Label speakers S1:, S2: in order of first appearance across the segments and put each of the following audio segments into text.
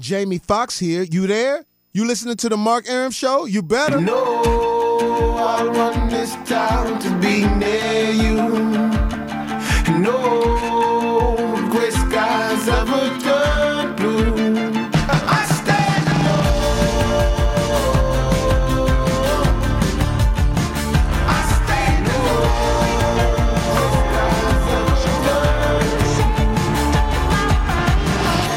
S1: Jamie Foxx here. You there? You listening to the Mark Aram Show? You better.
S2: No, I want this town to be near you. No gray skies ever turn blue. I stand alone. I stand alone. Gray skies ever turn blue.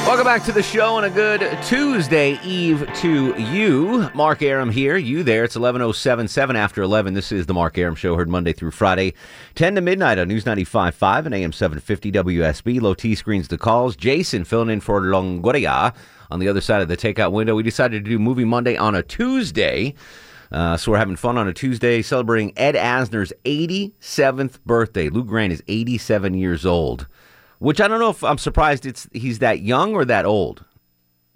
S3: Welcome back to the show and a good Tuesday Eve to you. Mark Aram here, you there. It's 11077 after 11. This is the Mark Aram Show, heard Monday through Friday, 10 to midnight on News 95.5 and AM 750 WSB. Low T screens the calls. Jason filling in for Longoria on the other side of the takeout window. We decided to do Movie Monday on a Tuesday. Uh, so we're having fun on a Tuesday, celebrating Ed Asner's 87th birthday. Lou Grant is 87 years old which I don't know if I'm surprised it's he's that young or that old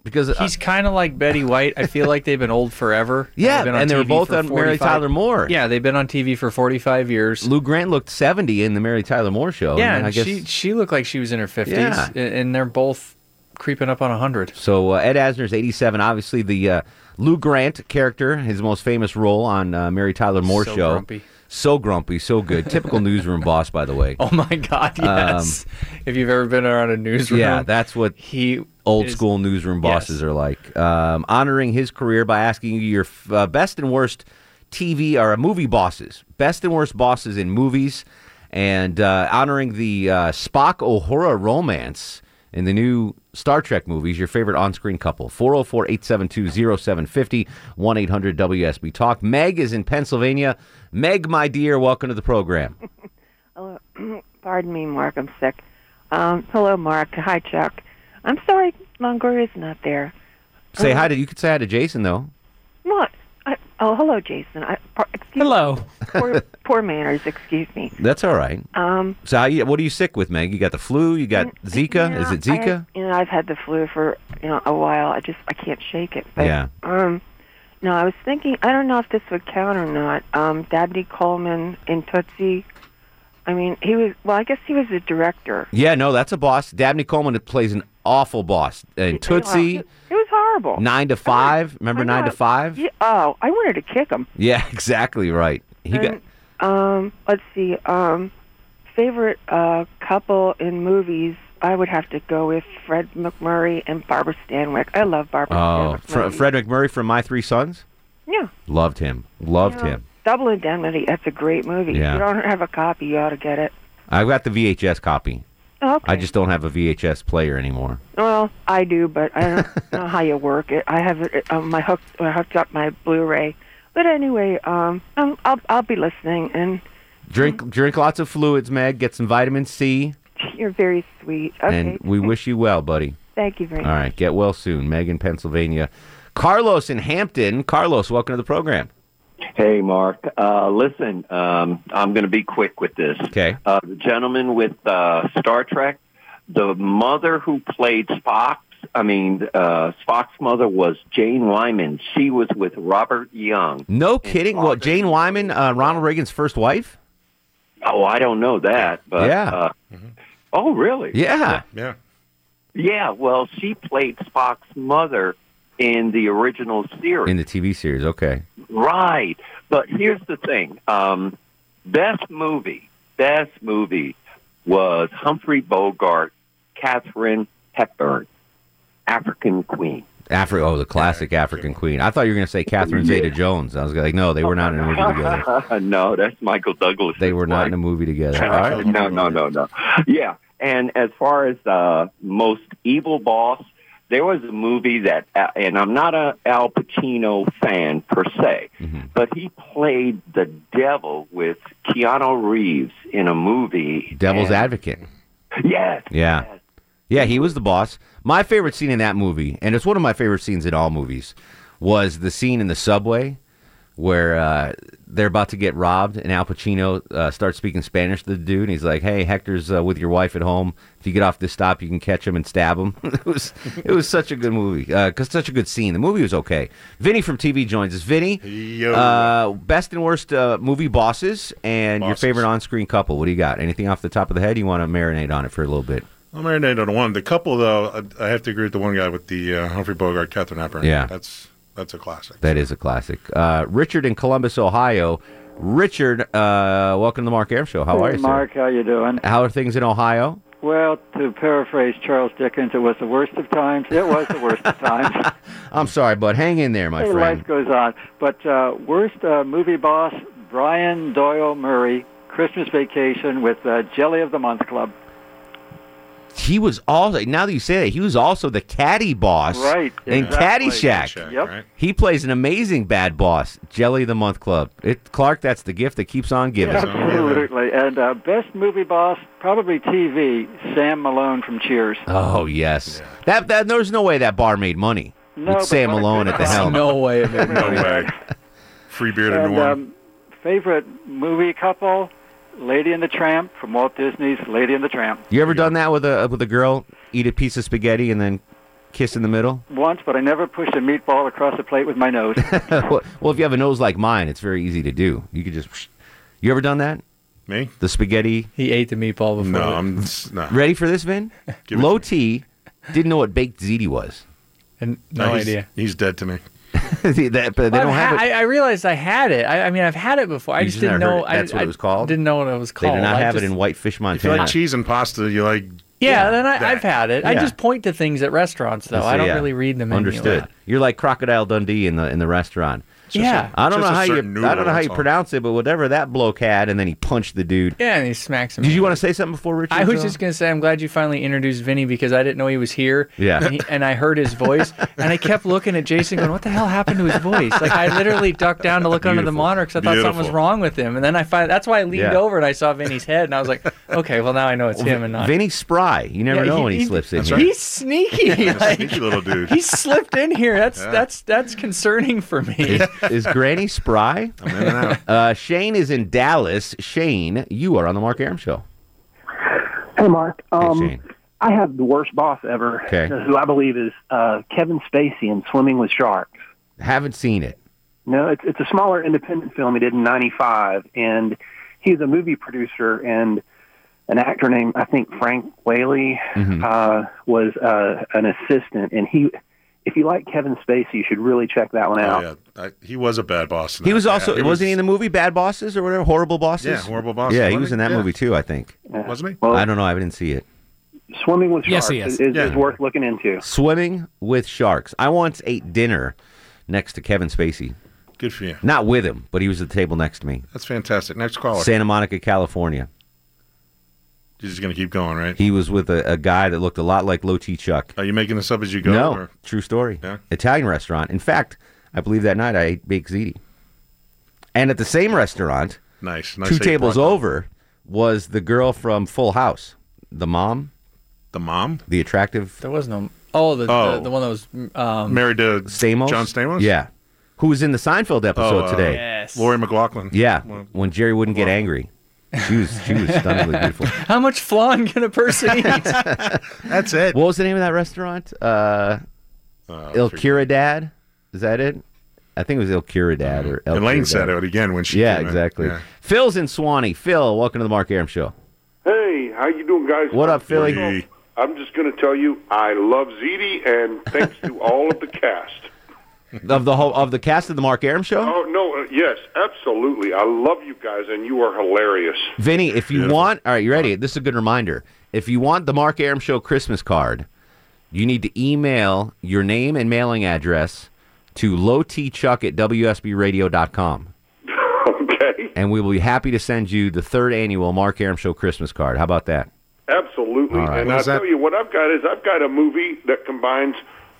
S3: because uh,
S4: He's kind of like Betty White. I feel like they've been old forever.
S3: Yeah,
S4: They've been on
S3: and they were
S4: TV
S3: both
S4: for
S3: on Mary
S4: 45
S3: Tyler Moore.
S4: Yeah, they've been on TV for 45 years.
S3: Lou Grant looked 70 in the Mary Tyler Moore show.
S4: yeah,
S3: Oh, and
S4: and
S3: I guess
S4: she she looked like she was in her 50s,
S3: Yeah.
S4: a- and they're both creeping up on 100.
S3: so uh, Ed Asner's 87. Obviously, the uh, Lou Grant character, his most famous role on uh, Mary Tyler Moore
S4: So
S3: show.
S4: grumpy.
S3: So grumpy, so good. Typical newsroom boss, by the way. Um,
S4: Oh my God, yes. if you've ever been around a newsroom,
S3: yeah, that's what
S4: he
S3: old
S4: is-
S3: school newsroom bosses
S4: Yes.
S3: are like. Um, honoring his career by asking you your f- uh, best and worst TV or uh, movie bosses, best and worst bosses in movies, and uh, honoring the uh, Spock O'Hara romance in the new Star Trek movies, your favorite on screen couple. 404 872 0750 1 800 WSB Talk. Meg is in Pennsylvania. Meg, my dear, welcome to the program.
S5: Hello. Pardon me, Mark. I'm sick. Um, hello, Mark. Hi, Chuck. I'm sorry Mongolia's not there.
S3: Say hi to, you could say hi to Jason, though.
S5: What? I, oh, hello, Jason. I, par, excuse
S4: Hello.
S5: poor, poor manners. Excuse me.
S3: That's all right.
S5: Um,
S3: So, how you, what are you sick with, Meg? You got the flu? You got Zika?
S5: Mm, yeah,
S3: Is it Zika?
S5: I, you know, I've had the flu for you know a while. I just I can't shake it. But,
S3: Yeah.
S5: Um, no, I was thinking. I don't know if this would count or not. Um, Dabney Coleman in Tootsie. I mean, he was. Well, I guess he was the director.
S3: yeah, no, that's a boss. Dabney Coleman plays an awful boss. And Tootsie,
S5: It was horrible.
S3: nine to five. Remember
S5: I
S3: nine to
S5: know.
S3: five?
S5: Yeah, oh, I wanted to kick him.
S3: Yeah, exactly right. He got
S5: And, um, let's see. Um, favorite uh, couple in movies? I would have to go with Fred McMurray and Barbara Stanwyck. I love Barbara.
S3: oh,
S5: Stanwyck
S3: Fr-
S5: movies.
S3: Fred McMurray from My Three Sons.
S5: Yeah.
S3: Loved him. Loved
S5: yeah.
S3: him.
S5: Double Indemnity. That's a great movie.
S3: Yeah.
S5: If you don't have a copy, you ought to get it.
S3: I've got the VHS copy.
S5: Okay.
S3: I just don't have a VHS player anymore.
S5: well, I do, but I don't know how you work it. I have it um, my hooked. I hooked up my Blu-ray. But anyway, um, um, I'll I'll be listening, and Mm.
S3: Drink drink lots of fluids, Meg. Get some vitamin C,
S5: you're very sweet. Okay.
S3: and we wish you well, buddy.
S5: Thank you very
S3: All
S5: much.
S3: right, get well soon, Meg in Pennsylvania. Carlos in Hampton. Carlos, welcome to the program.
S6: Hey, Mark. Uh, listen, um, I'm going to be quick with this.
S3: Okay.
S6: Uh, the gentleman with uh, Star Trek, the mother who played Spock, I mean, uh, Spock's mother was Jane Wyman. She was with Robert Young.
S3: No kidding. Well,
S6: Robert-
S3: Jane Wyman, uh, Ronald Reagan's first wife.
S6: Oh, I don't know that, but.
S3: Yeah. Mm-hmm.
S6: Uh, Oh, really?
S3: Yeah,
S7: Yeah.
S6: Yeah, well, she played Spock's mother in the original series.
S3: in the TV series. Okay.
S6: Right. But here's the thing. Um, best movie, best movie was Humphrey Bogart, Catherine Hepburn, African Queen.
S3: Afri- oh, the classic African queen. I thought you were going to say Catherine Zeta-Jones. I was like, no, they were not in a movie together.
S6: no, that's Michael Douglas.
S3: They were not in a movie together. All right.
S6: No, no, no, no. Yeah. And as far as uh, most evil boss, there was a movie that, uh, and I'm not a Al Pacino fan per se,
S3: Mhm.
S6: but he played the devil with Keanu Reeves in a movie.
S3: Devil's
S6: and-
S3: Advocate.
S6: Yes.
S3: Yeah.
S6: Yes.
S3: Yeah, he was the boss. My favorite scene in that movie, and it's one of my favorite scenes in all movies, was the scene in the subway where uh, they're about to get robbed, and Al Pacino uh, starts speaking Spanish to the dude, and he's like, "Hey, Hector's uh, with your wife at home. If you get off this stop, you can catch him and stab him." it was it was such a good movie, uh, 'cause such a good scene. The movie was okay. Vinny from TV joins us. Vinny, uh, best and worst uh, movie bosses, and your
S7: Bosses.
S3: favorite on-screen couple. What do you got? Anything off the top of the head you want to marinate on it for a little bit?
S7: I'll marinate on one. The couple, though, I, I have to agree with the one guy with the uh, Humphrey Bogart, Catherine Hepburn.
S3: Yeah.
S7: that's that's a classic.
S3: That is a classic. Uh, Richard in Columbus, Ohio. Richard, uh, welcome to the Mark Aram Show. How are you, sir?
S8: Mark, how you doing?
S3: How are things in Ohio?
S8: Well, to paraphrase Charles Dickens, it was the worst of times. It was the worst of times.
S3: I'm sorry, but hang in there, my
S8: Hey,
S3: friend.
S8: life goes on. But uh, worst uh, movie boss, Brian Doyle Murray, Christmas Vacation with uh, Jelly of the Month Club.
S3: He was also now that you say that he was also the caddy boss,
S8: Right,
S3: In
S8: exactly.
S3: Caddyshack,
S8: Yep.
S7: Right?
S3: he plays an amazing bad boss, Jelly of the Month Club. It Clark, that's the gift that keeps on giving.
S7: Yeah.
S8: Absolutely. And uh, best movie boss, probably TV, Sam Malone from Cheers.
S3: Oh yes, that that there's no way that bar made money
S8: No,
S3: with
S8: but
S3: Sam
S8: what a
S3: Malone
S8: good
S3: at the
S8: boss.
S3: helm.
S4: No way. It made
S7: No
S4: money.
S7: way. Free beer to
S8: And
S7: New Orleans.
S8: um, favorite movie couple, Lady and the Tramp from Walt Disney's Lady and the Tramp.
S4: um,
S3: You ever done that with a with a girl? Eat a piece of spaghetti and then kiss in the middle.
S8: Once, but I never pushed a meatball across the plate with my nose.
S3: well, if you have a nose like mine, it's very easy to do. You could just. You ever done that?
S7: Me?
S3: The spaghetti.
S4: He ate the meatball before.
S7: No,
S4: the-
S7: I'm s- no.
S3: Ready for this, Vin?
S7: Give it
S3: Low T didn't know what baked ziti was.
S4: and
S7: No,
S4: no,
S7: he's,
S4: idea.
S7: He's dead to me.
S3: See, that- but they
S4: Well,
S3: don't
S4: I've
S3: have
S4: ha-
S3: it.
S4: I, I realized I had it. I, I mean, I've had it before. I
S3: You
S4: just
S3: just never
S4: didn't know.
S3: heard it. That's
S4: I,
S3: what it
S4: I
S3: was called?
S4: Didn't know what it was
S3: They
S4: called.
S3: did not
S4: I
S3: have
S4: just-
S3: it in Whitefish,
S7: If you
S3: Montana.
S7: like cheese and pasta, you like
S4: Yeah, then
S7: that.
S4: I, I've had it. I
S7: Yeah.
S4: just point to things at restaurants, though.
S3: Let's
S4: I
S3: see,
S4: don't
S3: yeah.
S4: really read them.
S3: Understood. You're like Crocodile Dundee in the in the restaurant.
S4: Yeah.
S3: I don't know
S7: Just a
S3: how you
S7: certain
S3: I don't know
S7: noodle,
S3: how
S7: that's
S3: you
S7: all.
S3: pronounce it, but whatever that bloke had, and then he punched the dude.
S4: yeah, and he smacks him.
S3: Did you want to say something before Richard?
S4: I was
S3: Joe?
S4: just gonna say I'm glad you finally introduced Vinny because I didn't know he was here.
S3: Yeah.
S4: And, he- and I heard his voice, and I kept looking at Jason, going, "What the hell happened to his voice?" Like I literally ducked down to look under the
S7: Beautiful.
S4: monitor because I thought something was
S7: Beautiful.
S4: wrong with him, and then I find that's why I leaned
S3: Yeah.
S4: over and I saw Vinny's head, and I was like, "Okay, well now I know it's him and not."
S3: Vinny Spry. You never
S4: Yeah,
S3: know
S4: he-
S3: when he,
S4: he-
S3: slips in
S7: that's
S3: here.
S7: right.
S4: He's sneaky.
S7: a
S4: like
S7: sneaky little dude.
S4: he slipped in here. That's
S7: Yeah.
S4: that's that's concerning for me.
S3: Is Granny Spry?
S7: I'm in and out.
S3: Uh, Shane is in Dallas. Shane, you are on the Mark Aram Show.
S9: Hey, Mark.
S3: Hey,
S9: Um,
S3: Shane.
S9: I have the worst boss ever,
S3: Okay.
S9: who I believe is uh, Kevin Spacey in Swimming with Sharks.
S3: Haven't seen it.
S9: No, it's, it's a smaller independent film he did in '95, and he's a movie producer and an actor named I think Frank Whaley
S5: Mm-hmm.
S3: Hmm.
S9: uh, was uh, an assistant, and he. If you like Kevin Spacey, you should really check that one
S7: Oh,
S9: out.
S7: yeah, I, he was a bad boss. in
S3: He
S7: that.
S3: was
S7: Yeah,
S3: also wasn't he in the movie Bad Bosses or whatever? Horrible Bosses.
S7: Yeah, Horrible Bosses,
S3: Yeah, he
S7: wasn't
S3: was
S7: he?
S3: in that
S7: Yeah.
S3: movie too. I think.
S7: Wasn't he?
S9: Well,
S3: I don't know. I didn't see it.
S9: Swimming with
S10: Yes,
S9: Sharks
S10: he is.
S9: is, is,
S7: Yeah.
S9: worth looking into.
S3: Swimming with sharks. I once ate dinner next to Kevin Spacey.
S7: Good for you.
S3: Not with him, but he was at the table next to me.
S7: That's fantastic. Next caller.
S3: Santa Monica, California.
S7: You're Oh. just gonna keep going, right?
S3: He was with a, a guy that looked a lot like Low T Chuck.
S7: Are you making this up as you go?
S3: no,
S7: or-
S3: true story.
S7: Yeah.
S3: Italian restaurant. In fact, I believe that night I ate baked ziti. And at the same restaurant,
S7: Nice. nice
S3: two
S7: that you
S3: tables
S7: brought
S3: over, was the girl from Full House, the mom,
S7: The mom
S3: the attractive
S4: There was no. Oh, the
S7: Oh.
S4: The, the one that was. Um,
S7: married to
S3: Stamos.
S7: John Stamos.
S3: Yeah, who was in the Seinfeld episode
S7: uh,
S3: today.
S4: yes.
S7: Lori McLaughlin.
S3: Yeah,
S7: Well,
S3: when Jerry wouldn't get angry, she was she was stunningly beautiful.
S4: How much flan can a person eat?
S7: That's it.
S3: What was the name of that restaurant? Uh,
S7: Uh,
S3: El
S7: forget-
S3: Curadad. Is that it? I think it was El Curadad or El Curadad.
S7: Elaine Mm-hmm. said it again when she.
S3: Yeah,
S7: came in.
S3: exactly.
S7: Yeah.
S3: Phil's in Swanee. Phil, welcome to the Mark Aram Show.
S11: Hey, how you doing, guys?
S3: What up, Philly?
S7: Hey.
S11: I'm just going to tell you, I love ZD, and thanks to all of the cast.
S3: of the whole, of the cast of the Mark Aram Show.
S11: Oh no, uh, yes, absolutely. I love you guys, and you are hilarious.
S3: Vinny, if you
S7: Beautiful.
S3: want, all right, you ready? This is a good reminder. If you want the Mark Aram Show Christmas card, you need to email your name and mailing address to lowtchuck at wsbradio.com.
S11: okay,
S3: and we will be happy to send you the third annual Mark Aram Show Christmas card. How about that?
S11: absolutely.
S3: All right.
S11: And
S7: What
S11: I
S7: was that?
S11: tell you what I've got is I've got a movie that combines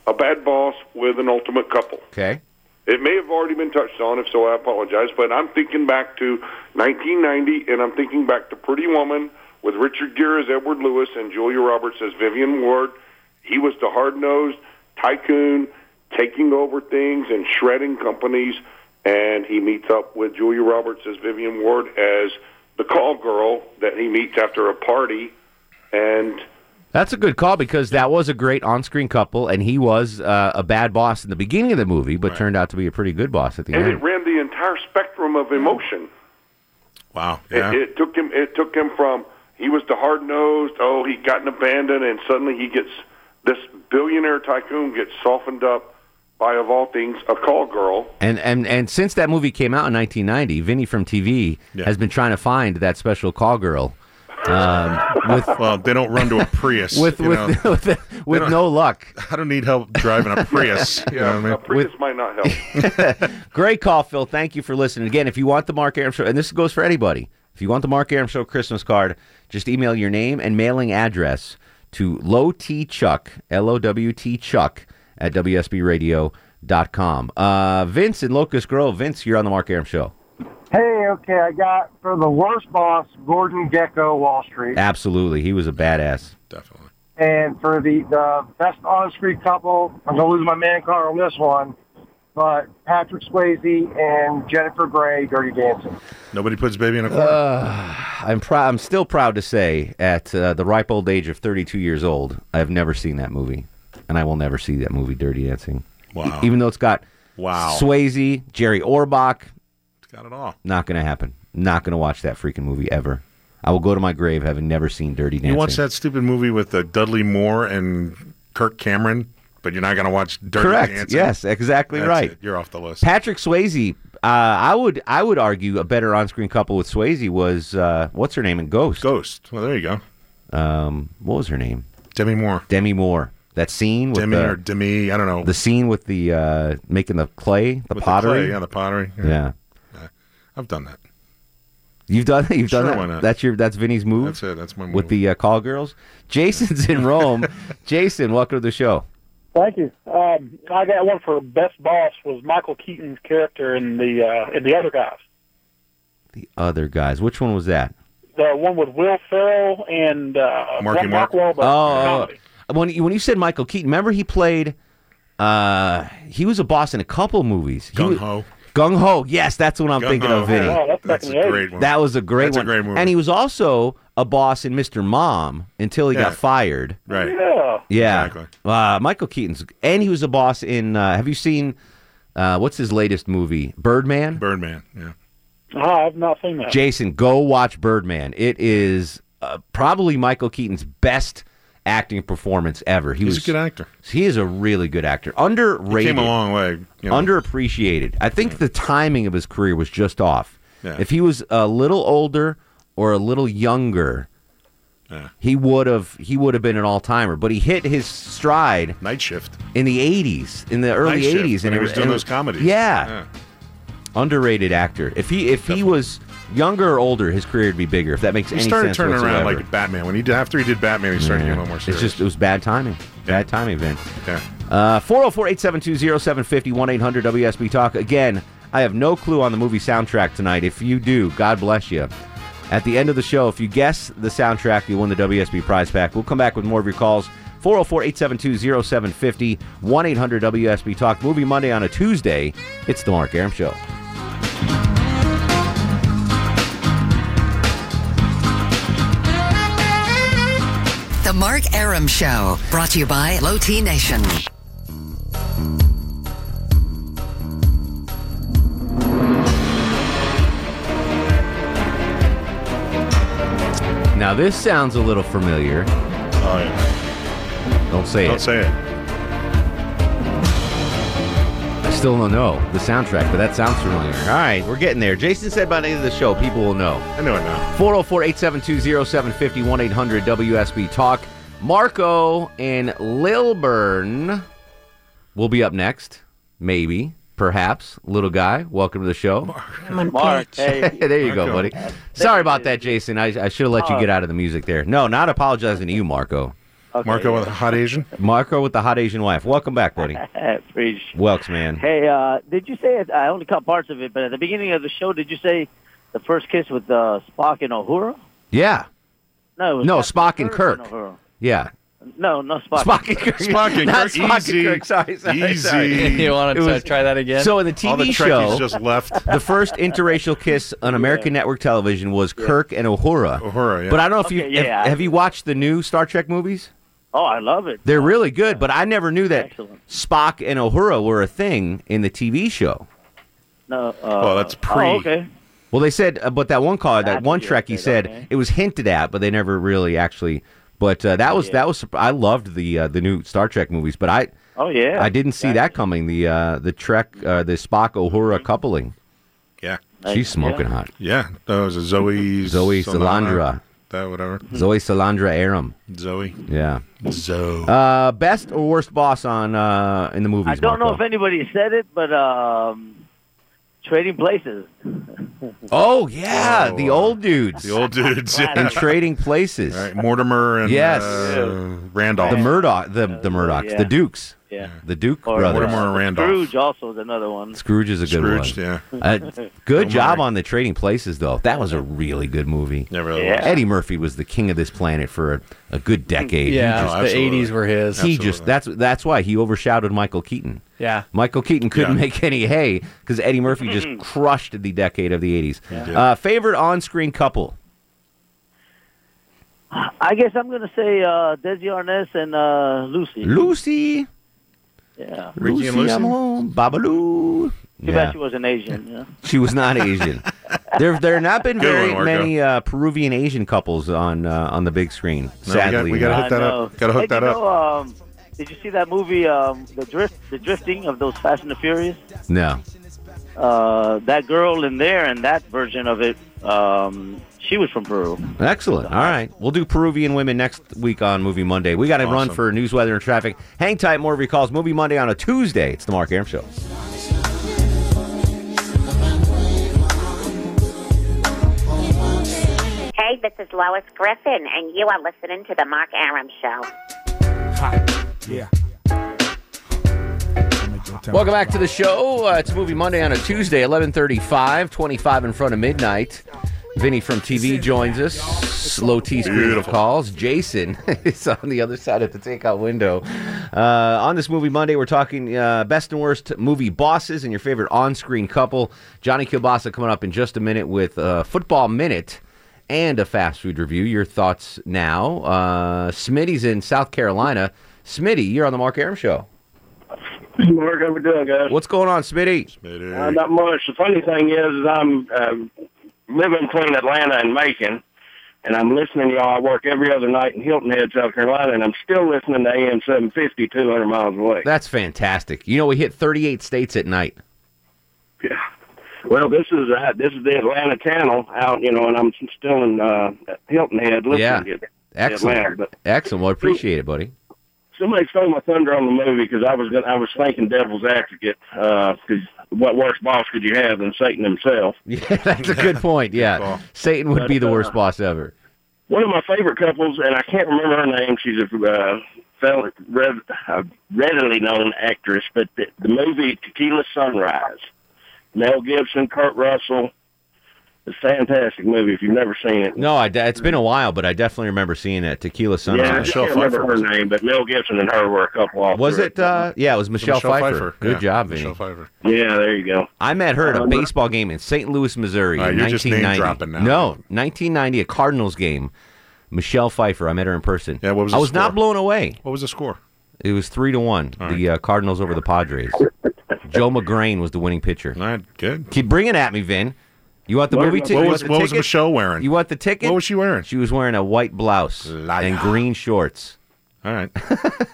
S11: a bad boss with an ultimate couple.
S3: Okay.
S11: It may have already been touched on, if so, I apologize. But I'm thinking back to 1990, and I'm thinking back to Pretty Woman with Richard Gere as Edward Lewis and Julia Roberts as Vivian Ward. He was the hard nosed tycoon taking over things and shredding companies. And he meets up with Julia Roberts as Vivian Ward as the call girl that he meets after a party. And
S3: That's a good call because that was a great on-screen couple, and he was uh, a bad boss in the beginning of the movie, but turned out to be a pretty good boss at the
S11: and
S3: end.
S11: it ran the entire spectrum of emotion.
S7: Wow.
S11: It, it took him. It took him from he was the hard nosed. Oh, he got abandoned, and suddenly he gets this billionaire tycoon gets softened up by of all things a call girl.
S3: And and and since that movie came out in 1990, Vinny from TV
S7: Yeah.
S3: has been trying to find that special call girl. Um, with
S7: well, they don't run to a Prius
S3: with
S7: you
S3: with
S7: know.
S3: with, with
S7: don't-
S3: no luck.
S7: I don't need help driving a Prius. you know what I mean?
S11: Prius might not help.
S3: Great call, Phil. Thank you for listening. Again, if you want the Mark Aram Show, and this goes for anybody, if you want the Mark Aram Show Christmas card, just email your name and mailing address to low T Chuck, L O W T Chuck, at WSBRadio.com. Uh, Vince in Locust Grove. Vince, you're on the Mark Aram Show.
S10: Hey, okay, I got for the worst boss, Gordon Gecko, Wall Street,
S3: Absolutely. He was a badass.
S7: Definitely.
S10: and for the, the best on-screen couple, I'm gonna lose my man card on this one, but Patrick Swayze and Jennifer Grey, Dirty Dancing.
S7: Nobody puts baby in a corner.
S3: Uh, I'm prou- I'm still proud to say, at uh, the ripe old age of 32 years old, I've never seen that movie, and I will never see that movie, Dirty Dancing.
S7: Wow.
S3: even though it's got
S7: Wow.
S3: Swayze, Jerry Orbach,
S7: Got it all.
S3: not going to happen. Not going to watch that freaking movie ever. I will go to my grave having never seen Dirty Dancing.
S7: You watch that stupid movie with uh, Dudley Moore and Kirk Cameron, but you're not going to watch Dirty
S3: Correct.
S7: Dancing.
S3: Yes, exactly
S7: That's
S3: right.
S7: it. You're off the list.
S3: Patrick Swayze. Uh, I would I would argue a better on screen couple with Swayze was uh, what's her name in Ghost.
S7: Ghost. Well, there you go.
S3: Um, what was her name?
S7: Demi Moore.
S3: Demi Moore. That scene with
S7: Demi
S3: the,
S7: or Demi, I don't know.
S3: The scene with the uh, making the clay, the
S7: With the
S3: pottery.
S7: clay, yeah, the pottery, yeah.
S3: Yeah.
S7: I've done that.
S3: You've done that. You've done
S7: Sure,
S3: that.
S7: why not?
S3: That's your. That's Vinny's move.
S7: That's it. That's my move.
S3: With the uh, call girls. Jason's in Rome. Jason, welcome to the show.
S12: Thank you. Um, I got one for best boss was Michael Keaton's character in the uh, in the other guys.
S3: The other guys. Which one was that?
S12: The one with Will Ferrell and uh, Mark Wahlberg.
S3: Oh, oh. when you, when you said Michael Keaton, remember he played. Uh, he was a boss in a couple movies. Gung
S7: Ho.
S3: Gung Ho. Yes, that's what I'm thinking
S7: Gung-Ho.
S3: of, Vinny.
S7: Oh, that's back That's in the a 80s. great one.
S3: That was a great
S7: That's a
S3: one.
S7: great movie.
S3: And he was also a boss in Mr. Mom until he
S7: Yeah.
S3: got fired.
S7: Right.
S12: Yeah.
S3: Yeah. Uh, Michael Keaton's, and he was a boss in. Uh, have you seen? Uh, what's his latest movie? Birdman.
S7: Birdman. Yeah.
S12: Ah, I've not seen that.
S3: Jason, go watch Birdman. It is uh, probably Michael Keaton's best acting performance ever. He
S7: He's
S3: was
S7: a good actor.
S3: He is a really good actor. Underrated.
S7: He came a long way, you know.
S3: Underappreciated. I think the timing of his career was just off.
S7: Yeah.
S3: If he was a little older or a little younger,
S7: Yeah.
S3: he would have he would have been an all timer. But he hit his stride.
S7: Night shift.
S3: In the eighties, in the early
S7: Night Shift,
S3: eighties,
S7: when he was doing those comedies.
S3: Yeah.
S7: Yeah.
S3: Underrated actor. If he if he was younger or older, his career would be bigger. If that makes
S7: He
S3: any
S7: started
S3: sense
S7: turning around
S3: whatsoever.
S7: like Batman. When he did, after he did Batman, he started getting a little more serious.
S3: It's just it was bad timing. Bad timing, Vin.
S7: Yeah.
S3: Uh, 404-872-0750, 1-800-WSB Talk. Again, I have no clue on the movie soundtrack tonight. If you do, God bless you. At the end of the show, if you guess the soundtrack, you win the WSB prize pack. We'll come back with more of your calls. 404-872-0750, 1-800-WSB Talk. Movie Monday on a Tuesday. It's the Mark Aram Show.
S13: The Mark Aram Show, brought to you by Low T Nation.
S3: Now, this sounds a little familiar.
S7: Oh, yeah.
S3: Don't say
S7: Don't
S3: it.
S7: say it.
S3: I still don't know the soundtrack, but that sounds familiar. All right, we're getting there. Jason said by the end of the show, people will know. oh I
S7: know it now.
S3: 404 872 750 800 WSB Talk. Marco in Lilburn will be up next. Maybe, perhaps. Little guy, welcome to the show.
S14: Mark, hey.
S3: there you go,
S14: Marco.
S3: buddy. Sorry about that, Jason. I, I should have let you
S14: Oh.
S3: get out of the music there. No, not apologizing to you, Marco.
S14: Okay. Marco with the
S7: hot Asian?
S3: Marco with the hot Asian wife. Welcome back, buddy.
S14: Preach.
S3: Welks, man.
S14: Hey, uh, did you say, I only caught parts of it, but at the beginning of the show, did you say the first kiss with uh, Spock and Uhura?
S3: Yeah.
S14: No, it was
S3: No,
S14: Captain
S3: Spock and Kirk.
S14: and her.
S3: Yeah.
S14: No, no, Spock.
S3: Spock and Kirk. Not Spock and Kirk. Sorry, sorry, sorry.
S4: You wanna
S3: It
S4: try- try that again?
S3: So in the TV
S4: All the
S3: show,
S4: Trekkies just
S7: left.
S3: The first interracial kiss on American network television was Kirk and Uhura. Uhura,
S7: yeah.
S3: But I don't know if you
S14: Okay,
S3: have,
S14: yeah.
S3: have you watched the new Star Trek movies.
S14: Oh, I love it.
S3: They're really good, but I never knew that Spock and Uhura were a thing in the TV show.
S14: No. Uh,
S3: Oh, that's pre-
S14: Oh, okay.
S3: Well, they said, uh, but that one caller, that one Trekkie said
S14: okay.
S3: it was hinted at, but they never really actually. But uh, that was that was. I loved the uh, the new Star Trek movies, but I
S14: Oh yeah.
S3: I didn't see that coming. The uh, the Trek uh, the Spock
S14: Mm-hmm.
S3: Uhura coupling.
S7: Yeah.
S3: She's smoking hot.
S7: Yeah. That was a Zoe.
S3: Zoe Salandra. Mm-hmm.
S7: That whatever.
S3: Zoe Salandra Aram.
S7: Zoe.
S3: Yeah.
S7: Zoe.
S3: Uh, best or worst boss on uh, in the movies.
S14: I don't know
S3: Marco?
S14: if anybody said it, but um, trading places.
S3: Oh yeah, the old dudes.
S7: The old dudes. Yeah.
S3: and trading places.
S7: All right, Mortimer and
S3: yes,
S7: uh, Randolph.
S3: the Murdoch, the the Murdochs,
S14: yeah.
S3: the Dukes.
S14: Yeah.
S3: the Duke
S14: Or,
S3: brothers.
S14: uh, Scrooge also is another one.
S3: Scrooge is a good
S7: Scrooge,
S3: one.
S7: yeah.
S3: Uh, good job on the trading places, though. That was a really good movie.
S7: Yeah,
S14: really was. Yeah.
S3: Eddie Murphy was the king of this planet for a, a good decade. He
S4: Yeah,
S3: just-
S4: the Absolutely. 80s were his.
S3: He just
S4: Absolutely.
S3: that's that's why he overshadowed Michael Keaton.
S4: Yeah.
S3: Michael Keaton couldn't
S4: Yeah.
S3: make any hay because Eddie Murphy just crushed the decade of the '80s.
S14: did.
S3: Uh, favorite on-screen couple?
S14: I guess I'm going to say uh, Desi Arnaz and uh, Lucy.
S3: Lucy.
S14: Yeah.
S3: Ricky and Lucy. I'm home. Babaloo.
S14: Too
S3: Yeah.
S14: bad she was an Asian. Yeah.
S3: She was not Asian. there, there have not been
S14: Good
S3: very
S14: one, Marco.
S3: many uh, Peruvian Asian couples on uh, on the big screen.
S7: No, we got-
S3: sadly,
S7: we gotta hook
S14: I know. Hey, do you know, um, did you see that movie, um, the drift, the drifting of those Fast and the Furious?
S3: No.
S14: Uh, that girl in there and that version of it, um, she was from Peru.
S3: Excellent. All right. We'll do Peruvian women next week on Movie Monday. We got to run
S14: Awesome.
S3: for news, weather, and traffic. Hang tight. More of your calls. Movie Monday on a Tuesday. It's the Mark Aram Show.
S15: Hey, this is Lois Griffin, and you are listening to The Mark Aram Show.
S3: Yeah. Welcome back to the show. Uh, it's Movie Monday on a Tuesday, 1135, 25 in front of midnight. Vinny from TV joins us. Slow T screen of calls. Jason is on the other side of the takeout window. Uh, on this Movie Monday, we're talking uh, best and worst movie bosses and your favorite on screen couple. Johnny Kilbasa coming up in just a minute with uh, Football Minute and a fast food review. Your thoughts now. Uh, Smitty's in South Carolina. Smitty, you're on the Mark Aram Show.
S16: Mark, how we doing, guys?
S3: What's going on, Smitty?
S7: Smitty.
S16: Uh, not much. The funny thing is, is I'm um, living between Atlanta and Macon, and I'm listening to y'all. I work every other night in Hilton Head, South Carolina, and I'm still listening to AM 750 200 miles away.
S3: That's fantastic. You know, we hit 38 states at night.
S16: Yeah. Well, this is uh, this is the Atlanta channel out, you know, and I'm still in uh, Hilton Head listening
S3: Yeah.
S16: to
S3: Excellent.
S16: Atlanta. But
S3: Excellent. Well, I appreciate it, buddy.
S16: somebody stole my thunder on the movie because I was gonna, I was thinking Devil's Advocate because what worse boss could you have than Satan himself?
S3: Yeah, that's a good point. Yeah. Satan would
S16: uh,
S3: be the worst boss ever.
S16: one of my favorite couples, and I can't remember her name. She's a uh, fel- rev- a readily known actress, but the, the movie Tequila Sunrise, Mel Gibson, Kurt Russell, it's a fantastic movie if you've never seen it.
S3: No, I, de- it's been a while, but I definitely remember seeing that Tequila Sunrise.
S16: yeah, I can't remember her name, but Mel Gibson and her were a couple off.
S3: Was it? Uh, yeah, it was Michelle,
S16: Michelle
S3: Pfeiffer.
S16: Pfeiffer.
S3: Good
S16: Yeah,
S3: job, Vinny.
S16: Michelle Yeah, there you go.
S3: I met her at a
S16: Um,
S3: baseball game in St. Louis, Missouri.
S7: All right,
S3: in
S7: you're just
S3: 1990.
S7: name-dropping now.
S3: No, 1990, a Cardinals game. Michelle Pfeiffer. I met her in person. Yeah, what
S7: was
S3: I
S7: the
S3: was not
S7: score?
S3: blown away.
S7: What was the score?
S3: It was three to one. the uh, Cardinals over the Padres. Joe McGrain was the winning pitcher. All
S7: right, good.
S3: Keep bringing it at me, Vin. You want the
S7: What
S3: movie
S7: was-
S3: ticket?
S7: what was- what was Michelle
S3: wearing? You want the ticket? What was
S7: she wearing?
S3: She was wearing a white blouse and green shorts.
S7: All right.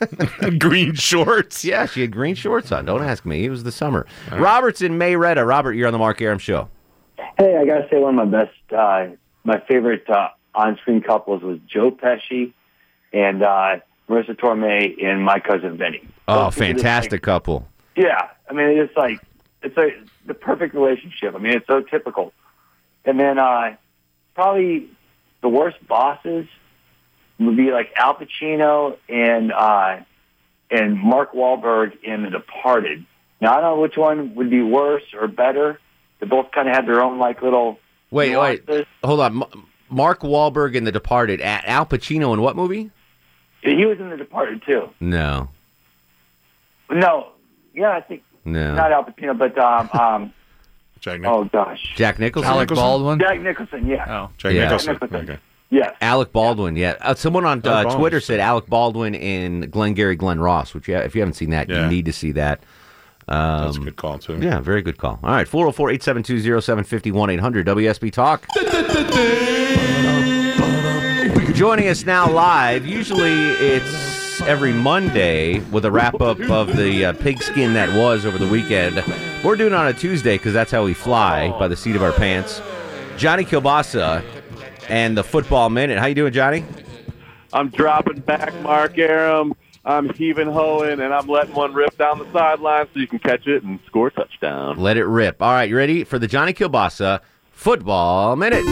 S7: green shorts.
S3: Yeah, she had green shorts on. Don't ask me. It was the summer. Robert's in Mayretta. Robert, you're on the Mark Aram show.
S17: Hey, I gotta say one of my best, uh, my favorite uh, on-screen couples was Joe Pesci and uh, Marissa Torme in My Cousin Vinny.
S3: Oh,
S17: Those two are just
S3: fantastic couple.
S17: like- Yeah, I mean it's like it's like the perfect relationship. I mean it's so typical. And then uh, probably the worst bosses would be like Al Pacino and uh, and Mark Wahlberg in The Departed. Now I don't know which one would be worse or better. They both kind of had their own like little
S3: Wait, wait. Hold on. M- Mark Wahlberg in The Departed at Al Pacino in what movie?
S17: He was in The Departed too.
S3: No,
S17: No, yeah, I think
S3: no.
S17: not Al Pacino, but um, um,
S7: Jack
S17: oh gosh,
S3: Jack Nicholson.
S17: Jack Nicholson, yeah.
S3: Oh. Jack Yeah. Nicholson.
S7: Okay.
S17: Yes.
S3: Alec Baldwin. Yeah. Uh, someone on
S7: Alec
S3: uh,
S7: Baldwin.
S3: Twitter said Alec Baldwin in Glengarry Glen Ross, which yeah, if you haven't seen that, you need to see that. Um, That's a good
S7: call, too.
S3: Yeah, very good call. All right, 404 872 751 800 WSB Talk. Joining us now live, usually it's every Monday with a wrap up of the uh, pigskin that was over the weekend. We're doing it on a Tuesday because that's how we fly by the seat of our pants. Johnny Kilbasa and the football minute. How you doing, Johnny?
S18: I'm dropping back Mark Aram. I'm heaving, hoeing, and I'm letting one rip down the sideline so you can catch it and score a touchdown.
S3: Let it rip. All right, you ready for the Johnny Kilbasa football minute?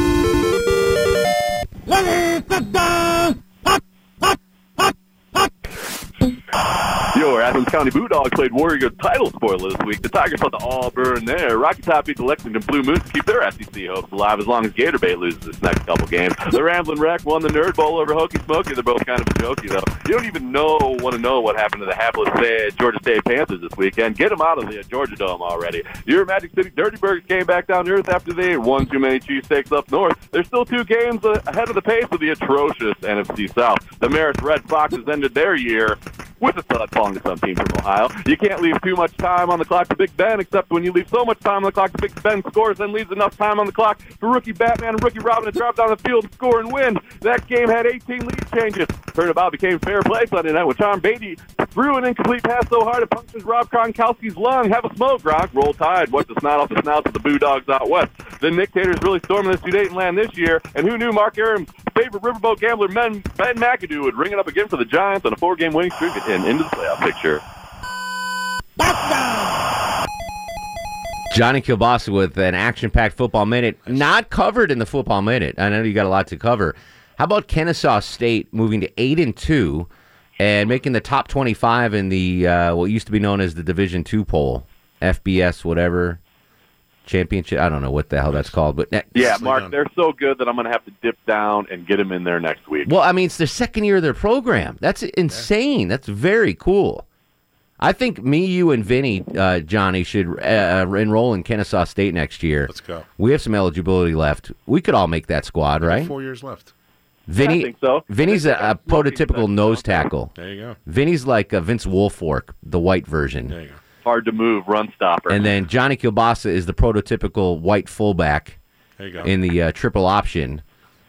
S18: Yo, our Athens County Bulldog played Warrior title spoiler this week. The Tigers fought the Auburn there. Rocky Top beat the Lexington Blue Moose to keep their SEC hopes alive as long as Gator Bay loses this next couple games. The Ramblin' Wreck won the Nerd Bowl over Hokey Smokey. They're both kind of a jokey, though. You don't even know want to know what happened to the hapless uh, Georgia State Panthers this weekend. Get them out of the Georgia Dome already. Your Magic City Dirty Birds came back down to earth after they ate one too many cheesesteaks up north. There's still two games uh, ahead of the pace of the atrocious NFC South. The Marist Red Foxes ended their year with a thud falling to some team from Ohio. You can't leave too much time on the clock to Big Ben, except when you leave so much time on the clock to Big Ben scores and leaves enough time on the clock for rookie Batman and rookie Robin to drop down the field, score, and win. That game had 18 lead changes. Turnabout became fair play Sunday night with Tom Beatty threw an incomplete pass so hard it punctures Rob Gronkowski's lung. Have a smoke, Gronk. Roll Tide. Wipe the snot off the snouts of the Boo Dogs out west. The Nictators really storming the Sudeten land this year, and who knew Mark Aaron's favorite riverboat gambler, Ben, ben McAdoo, would ring it up again for the Giants on a four-game winning streak and into the playoff picture.
S3: Johnny Kilbasa with an action-packed football minute, not covered in the football minute. I know you got a lot to cover. How about Kennesaw State moving to eight and two and making the top twenty-five in the uh, what used to be known as the Division Two poll, FBS, whatever championship. I don't know what the hell that's called, but
S18: Yeah, Mark, they're so good that I'm going to have to dip down and get him in there next week.
S3: Well, I mean, it's the second year of their program. That's insane. That's very cool. I think me, you, and Vinny, uh, Johnny, should uh, enroll in Kennesaw State next year. Let's
S7: go.
S3: We have some eligibility left. We could all make that squad, right?
S7: Four years left.
S3: Vinny,
S7: I think so.
S3: Vinny's a, a prototypical nose tackle.
S7: There you go.
S3: Vinny's like a Vince Woolfork, the white version. There you go.
S18: Hard to move, run stopper.
S3: And then Johnny Kilbasa is the prototypical white fullback
S18: There you go.
S3: in the uh, triple option,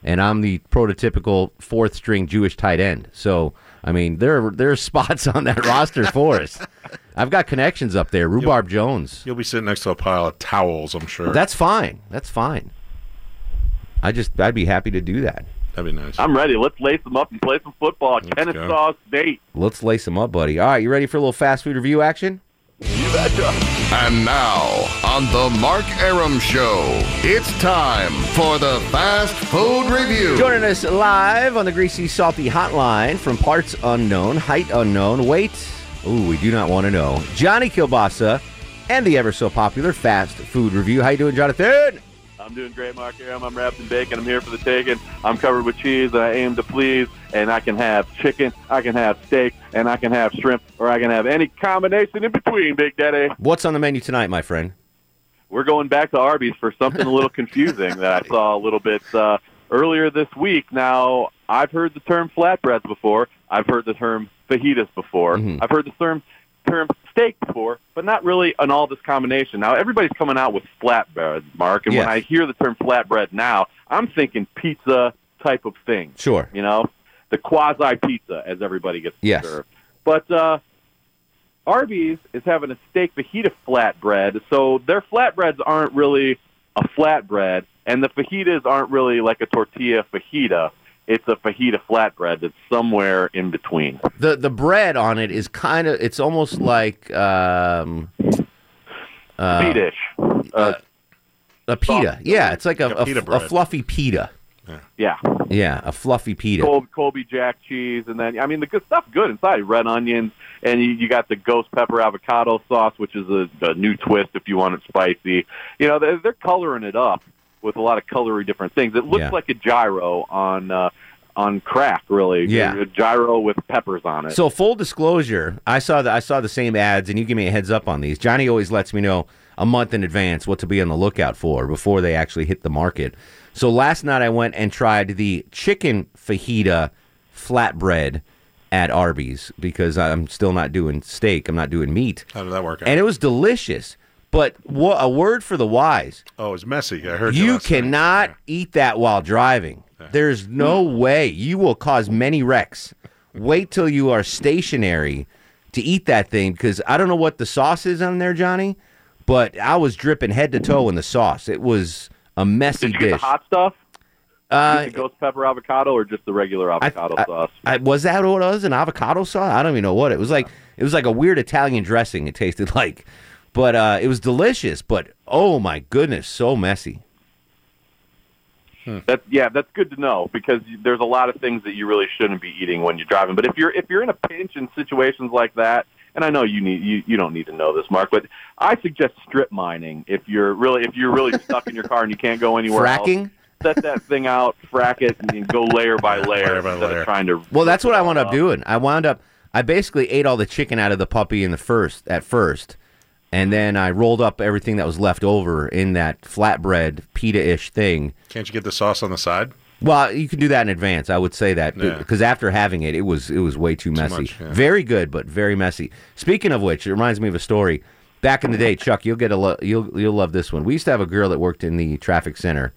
S3: and I'm the prototypical fourth string Jewish tight end. So I mean, there are, there are spots on that roster for us. I've got connections up there. Rhubarb Jones.
S7: You'll be sitting next to a pile of towels, I'm sure.
S3: That's fine. That's fine. I just I'd be happy to do that.
S7: That'd be nice.
S18: I'm ready. Let's lace them up and play some football. Kennesaw State.
S3: Let's lace them up, buddy. All right, you ready for a little fast food review action?
S19: And now, on the Mark Aram Show, it's time for the Fast Food Review.
S3: Joining us live on the Greasy Salty Hotline from parts unknown, height unknown, weight. Ooh, we do not want to know. Johnny Kilbasa and the ever so popular fast food review. How you doing, Jonathan?
S18: I'm doing great, Mark Aram. I'm wrapped in bacon. I'm here for the taking. I'm covered with cheese, and I aim to please. And I can have chicken, I can have steak, and I can have shrimp, or I can have any combination in between, Big Daddy.
S3: What's on the menu tonight, my friend?
S18: We're going back to Arby's for something a little confusing that I saw a little bit uh, earlier this week. Now, I've heard the term flatbreads before. I've heard the term fajitas before.
S3: Mm-hmm.
S18: I've heard the term term steak before, but not really an all this combination. Now everybody's coming out with flatbread, Mark, and
S3: Yes.
S18: when I hear the term flatbread now, I'm thinking pizza type of thing.
S3: Sure.
S18: You know, the quasi pizza as everybody gets
S3: Yes.
S18: served. But uh Arby's is having a steak fajita flatbread, so their flatbreads aren't really a flatbread, and the fajitas aren't really like a tortilla fajita. It's a fajita flatbread that's somewhere in between.
S3: The the bread on it is kind of it's almost like um uh,
S18: Pita-ish.
S3: Uh, a pita. yeah, it's like a,
S18: Like a
S3: a,
S18: pita
S3: f- a
S18: bread.
S3: fluffy pita.
S18: Yeah.
S3: Yeah, a fluffy pita.
S18: Cold Colby Jack cheese, and then I mean the good stuff, good inside. Red onions, and you, you got the ghost pepper avocado sauce, which is a, a new twist if you want it spicy. You know, they're, they're coloring it up, with a lot of colory different things. It looks
S3: Yeah.
S18: like a gyro on uh, on crack, really.
S3: Yeah.
S18: a gyro with peppers on it.
S3: So full disclosure, I saw the I saw the same ads, and you give me a heads up on these. Johnny always lets me know a month in advance what to be on the lookout for before they actually hit the market. So last night I went and tried the chicken fajita flatbread at Arby's because I'm still not doing steak. I'm not doing meat.
S7: How did that work out?
S3: And it was delicious. But what a word for the wise.
S7: Oh, it's messy. I heard you
S3: You
S7: last
S3: cannot eat that while driving. There's no way. You will cause many wrecks. Wait till you are stationary to eat that thing because I don't know what the sauce is on there, Johnny, but I was dripping head to toe in the sauce. It was a messy
S18: Did you get the
S3: dish.
S18: hot stuff?
S3: Uh,
S18: Did you get the ghost pepper avocado or just the regular avocado sauce?
S3: I, was that what it was? An avocado sauce? I don't even know what it was like. It was like a weird Italian dressing. It tasted like, but uh, it was delicious. But oh my goodness, so messy.
S18: That's yeah, that's good to know because you- there's a lot of things that you really shouldn't be eating when you're driving. But if you're if you're in a pinch in situations like that, and I know you need you, you don't need to know this, Mark, but I suggest strip mining if you're really if you're really stuck in your car and you can't go anywhere.
S3: Fracking?
S18: Else, set that thing out, frack it, and then go layer by layer instead of trying to.
S3: Well, that's what I wound up doing. I wound up. I basically ate all the chicken out of the puppy in the first at first, and then I rolled up everything that was left over in that flatbread pita-ish thing.
S7: Can't you get the sauce on the side?
S3: Well, you can do that in advance. I would say that
S7: Yeah.
S3: because after having it, it was it was way too messy.
S7: much, yeah.
S3: Very good, but very messy. Speaking of which, it reminds me of a story. Back in the day, Chuck, you'll get a lo- you'll you'll love this one. We used to have a girl that worked in the traffic center,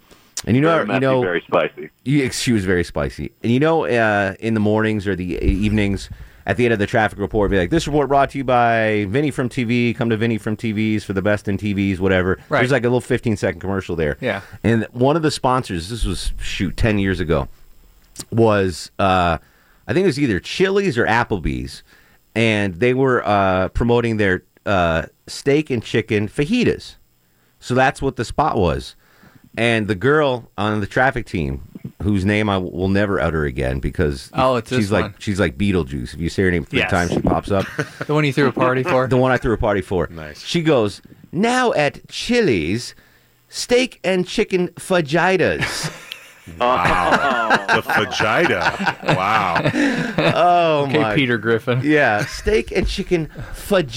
S3: and you know
S18: Very
S3: you
S18: messy,
S3: know
S18: very spicy.
S3: you, she was very spicy. And you know, uh, in the mornings or the evenings, at the end of the traffic report, be like, "This report brought to you by Vinny from TV. Come to Vinny from TVs for the best in TVs, whatever."
S4: Right.
S3: There's like a little 15 second commercial there.
S4: Yeah.
S3: And one of the sponsors, this was shoot 10 years ago, was uh, I think it was either Chili's or Applebee's, and they were uh, promoting their uh, steak and chicken fajitas. So that's what the spot was. And the girl on the traffic team, whose name I will never utter again because
S4: Oh, it's this
S3: she's like
S4: one.
S3: she's like Beetlejuice. If you say her name three
S4: Yes.
S3: times, she pops up.
S4: The one you threw a party for?
S3: The one I threw a party for. Nice. She goes now at Chili's, steak and chicken fajitas.
S7: Wow. the fajita. Wow.
S3: oh
S7: Okay,
S3: my.
S7: Peter
S4: Griffin.
S3: Yeah, steak and chicken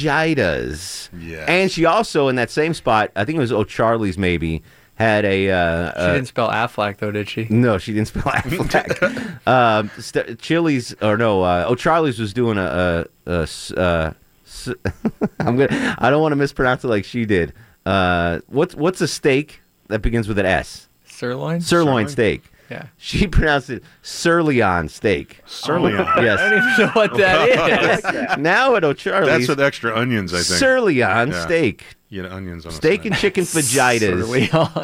S3: fajitas. Yeah. And she also in that same spot, I think it was O'Charlie's maybe had a. Uh,
S4: She didn't spell Affleck though, did she?
S3: No, she didn't spell Affleck. um, st- Chili's or no, uh, O'Charlie's was doing a. a, a s- uh, s- I'm gonna. I don't want to mispronounce it like she did. Uh, what's what's a steak that begins with an S?
S4: Sirloin.
S3: Sirloin steak.
S4: Yeah.
S3: She pronounced it surleon steak.
S7: Sirloin.
S3: yes.
S4: I don't even know what that is.
S3: now at O'Charlie's.
S7: That's with extra onions, I think.
S3: Sirleon steak.
S7: You get onions on a
S3: Steak and chicken fajitas.
S4: Sirleons.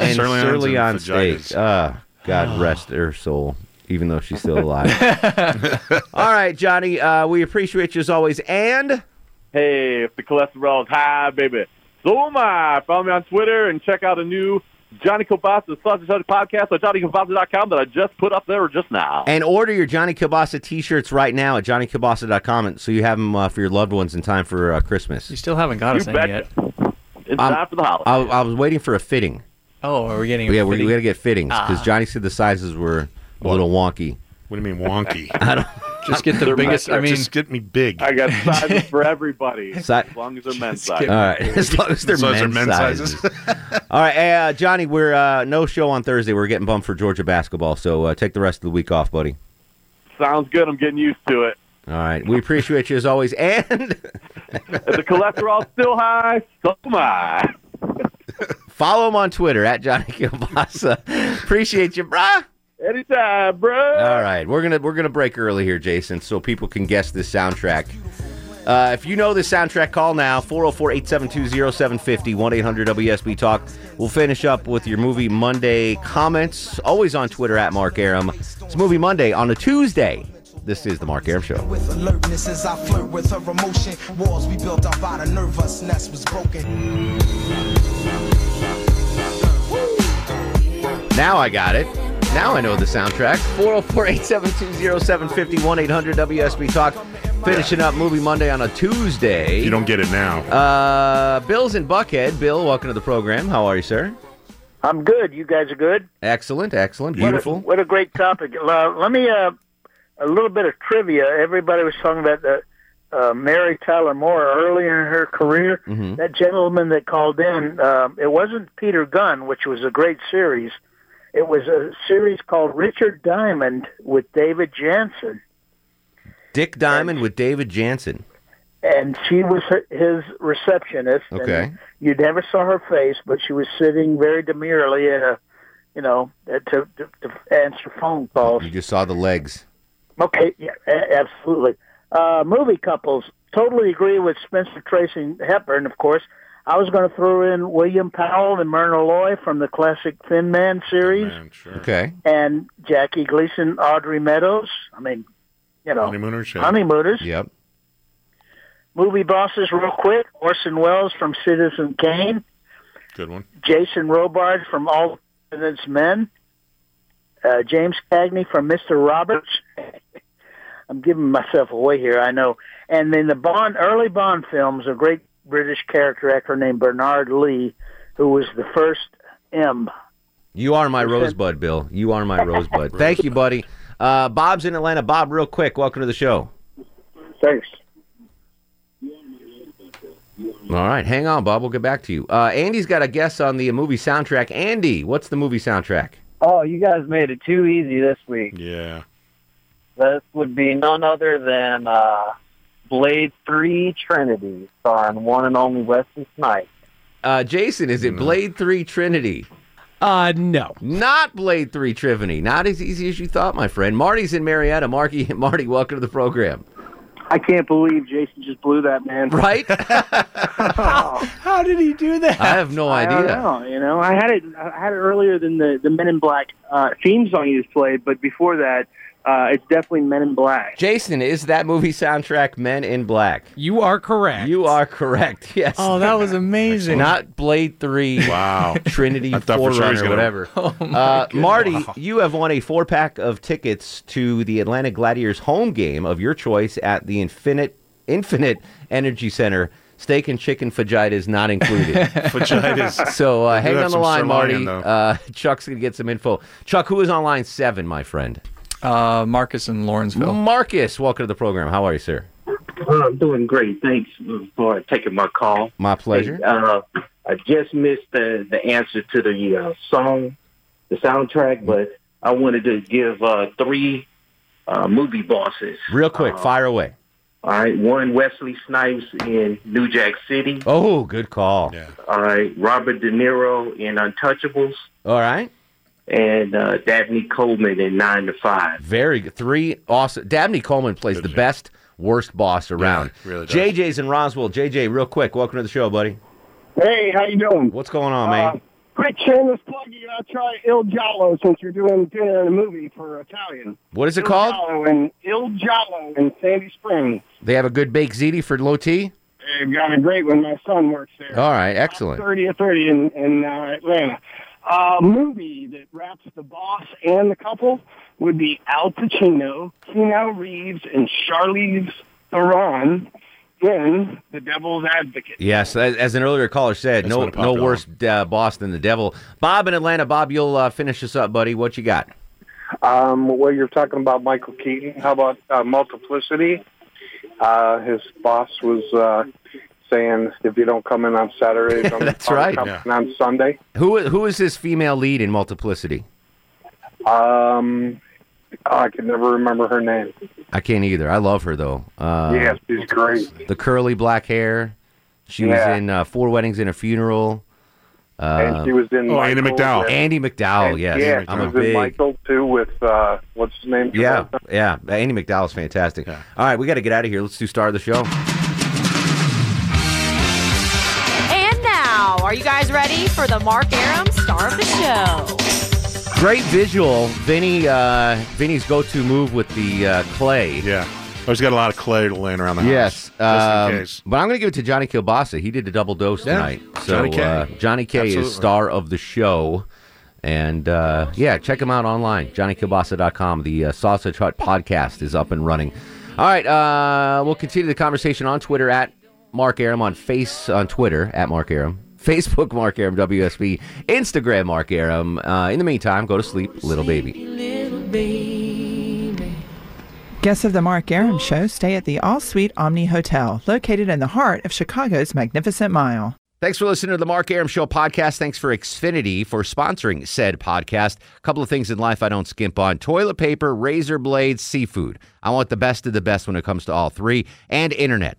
S3: And
S7: Sirleons and
S3: sirleon steak.
S7: fajitas.
S3: Uh, God rest her soul, even though she's still alive. All right, Johnny, uh, we appreciate you as always. And
S18: Hey, if the cholesterol is high, baby, so am I. Follow me on Twitter and check out a new Johnny Kobasa Sausage Hut podcast at JohnnyKobasa.com that I just put up there just now.
S3: and order your Johnny Kibasa t shirts right now at johnnykibasa.com and- so you have them uh, for your loved ones in time for uh, Christmas.
S4: You still haven't got us
S18: You
S4: in yet.
S18: betcha. It's
S3: Um,
S18: time for the holidays.
S3: I, I was waiting for a fitting.
S4: Oh, are we getting? a
S3: yeah, we're, we
S4: fitting?
S3: got to get fittings because
S4: Ah.
S3: Johnny said the sizes were a little wonky.
S7: What do you mean wonky?
S3: I don't.
S4: Just get the
S3: They're
S4: biggest.
S3: messed
S4: I
S3: up.
S4: mean,
S7: Just get me big.
S18: I got sizes for everybody,
S3: Si-
S18: as long as they're men's
S3: All
S18: sizes.
S3: right, as long as they're
S7: As long as they're
S3: men's,
S7: men's
S3: sizes.
S7: sizes.
S3: All right, uh, Johnny, we're uh, no show on Thursday. We're getting bumped for Georgia basketball, so uh, take the rest of the week off, buddy.
S18: Sounds good. I'm getting used to it.
S3: All right, we appreciate you as always. And
S18: If the cholesterol's still high, so am I.
S3: follow him on Twitter at Johnny Kilbasa. appreciate you, brah.
S18: Anytime, bro.
S3: All right, we're gonna we're gonna break early here, Jason, so people can guess this soundtrack. Uh, if you know this soundtrack, call now 404 872 0750 1 800 WSB Talk. We'll finish up with your Movie Monday comments, always on Twitter at Mark Aram. It's Movie Monday on a Tuesday. This is The Mark Aram Show.
S20: with alertness as I flirt with her emotion. Walls we built up out of nervousness was broken.
S3: Now I got it. Now I know the soundtrack. 404-872-0750-1800-WSB Talk. Finishing up Movie Monday on a Tuesday. You
S7: don't get it now.
S3: Uh, Bill's in Buckhead. Bill, welcome to the program. How are you, sir?
S21: I'm good. You guys are good.
S3: Excellent, excellent,
S21: What a-
S3: beautiful.
S21: What a, great topic. Uh, let me uh, a little bit of trivia. Everybody was talking about uh, uh, Mary Tyler Moore early in her career.
S3: Hmm.
S22: Mhm.
S21: That gentleman that called in, uh, it wasn't Peter Gunn, which was a great series. It was a series called Richard Diamond with David Jansen,
S3: Dick Diamond with David Jansen.
S21: and she was hi- his receptionist. and
S3: Okay.
S21: you never saw her face, but she was sitting very demurely in a, you know, uh, to, to, to answer phone calls.
S3: You just saw the legs.
S21: Okay, yeah, a- absolutely. Uh, movie couples. Totally agree with Spencer Tracy Hepburn, of course. I was going to throw in William Powell and Myrna Loy from the classic Thin Man series,
S3: Okay.
S21: and Jackie Gleason, Audrey Meadows. I mean, you know,
S7: Honeymooners. yeah.
S21: honeymooners.
S3: Yep.
S21: Movie bosses, real quick. Orson Welles from Citizen Kane.
S7: Good one.
S21: Jason Robards from All the President's Men, uh, James Cagney from Mr. Roberts. I'm giving myself away here, I know. And then the Bond, early Bond films, a great British character actor named Bernard Lee, who was the first M.
S3: You are my rosebud, Bill. You are my rosebud. Thank you, buddy. Uh, Bob's in Atlanta. Bob, real quick, welcome to the show.
S23: Thanks.
S3: All right, hang on, Bob. We'll get back to you. Uh, Andy's got a guess on the movie soundtrack. Andy, what's the movie soundtrack?
S24: Oh, you guys made it too easy this week.
S7: Yeah.
S24: This would be none other than uh, Blade 3 Trinity, starring one and only Wesley Snipes.
S3: Uh, Jason, is it Blade 3 Trinity?
S5: Uh, no.
S3: Not Blade 3 Trinity. Not as easy as you thought, my friend. Marty's in Marietta. Marky, Marty, welcome to the program.
S23: I can't believe Jason just blew that man.
S3: Right?
S5: How did he do that?
S3: I have no
S23: I
S3: idea.
S23: don't know. You know, I had it. I had it earlier than the the Men in Black uh, theme song you just played, but before that, uh, it's definitely Men in Black.
S3: Jason, is that movie soundtrack Men in Black?
S5: You are correct.
S3: You are correct. Yes.
S5: Oh, that was amazing.
S3: Not Blade Three. Wow. Trinity
S5: I thought for sure I was gonna-
S3: Forerunner, whatever.
S5: Oh, my
S3: uh,
S5: goodness.
S3: Marty,
S5: Wow.
S3: you have won a four pack of tickets to the Atlanta Gladiators home game of your choice at the Infinite Infinite Energy Center. Steak and chicken fajita is not included.
S7: Fajitas.
S3: So
S7: They
S3: uh,
S7: do
S3: hang
S7: have
S3: on the
S7: some
S3: line, Marty.
S7: sirloin, though.
S3: Uh, Chuck's gonna get some info. Chuck, who is on line seven, my friend?
S4: Uh, Marcus in Lawrenceville.
S3: Marcus, welcome to the program. How are you, sir?
S25: Well, Oh, I'm doing great. Thanks for taking my call.
S3: My pleasure.
S25: Hey, uh, I just missed the, the answer to the uh, song, the soundtrack, but I wanted to give uh, three uh, movie bosses.
S3: Real
S25: Uh,
S3: quick, fire away.
S25: All right, one Wesley Snipes in New Jack City.
S3: Oh, good call.
S25: All right, Robert De Niro in Untouchables,
S3: All right.
S25: and uh, Daphne Coleman in Nine to Five.
S3: Very good. Three awesome. Dabney Coleman plays the best, worst boss around.
S25: really does.
S3: JJ's in Roswell. JJ, real quick, welcome to the show, buddy.
S23: Hey, how you doing? Uh,
S3: What's going on, man?
S23: Quick shameless plug, you gotta try Il Giallo since you're doing dinner and a movie for Italian.
S3: What is it
S23: Il
S3: called?
S23: Giallo and Il Giallo in Sandy Springs.
S3: They have a good baked ziti for low tea.
S23: They've got a great one. My son works there.
S3: All right, excellent.
S23: Thirty or thirty in in uh, Atlanta. A movie that wraps the boss and the couple would be Al Pacino, Keanu Reeves, and Charlize Theron in The Devil's Advocate.
S3: Yes, as, as an earlier caller said,
S23: That's
S3: no,
S23: not a
S3: no
S23: popular
S3: worse uh, boss than the devil. Bob in Atlanta. Bob, you'll uh, finish us up, buddy. What you got?
S26: Um, well, you're talking about Michael Keaton. How about uh, Multiplicity? Uh, his boss was uh, saying, "If you don't come in on Saturdays, I'm
S3: That's
S26: I'm
S3: right.
S26: coming in on Sunday."
S3: Who who is this female lead in Multiplicity?
S26: Um, oh, I can never remember her name.
S3: I can't either. I love her though. Uh,
S26: yes, she's great.
S3: The curly black hair. She
S26: Yeah.
S3: was in uh, Four Weddings and a Funeral.
S26: And she was in Oh, Andy Michael McDowell. and-
S3: Andy McDowell, Oh, yes.
S26: yeah,
S3: I'm
S26: she
S3: a
S26: was in
S3: big-
S26: Michael too with uh, what's his name?
S3: Yeah, yeah. Andy McDowell's fantastic. All right, we got to get out of here. Let's do Star of the Show.
S27: And now, are you guys ready for the Mark Aram star of the show?
S3: Great visual. Vinny, uh, Vinny's go to move with the uh, clay.
S7: Yeah. Always got a lot of clay laying around the house.
S3: Yes.
S7: Just in
S3: um,
S7: case.
S3: But I'm going to give it to Johnny Kilbasa. He did a double dose
S7: Yeah.
S3: tonight. So
S7: Johnny K.
S3: Uh, Johnny K
S7: Absolutely.
S3: is star of the show. And uh, yeah, check him out online, johnnykilbasa.com. The uh, Sausage Hut podcast is up and running. All right, uh, we'll continue the conversation on Twitter at Mark Aram on face on Twitter at Mark Aram Facebook Mark Aram WSB, Instagram Mark Aram. Uh, in the meantime, go to sleep, little baby.
S1: Guests of the Mark Aram Show stay at the All Suite Omni Hotel, located in the heart of Chicago's Magnificent Mile.
S3: Thanks for listening to the Mark Aram Show podcast. Thanks for Xfinity for sponsoring said podcast. A couple of things in life I don't skimp on toilet paper, razor blades, seafood. I want the best of the best when it comes to all three, and internet.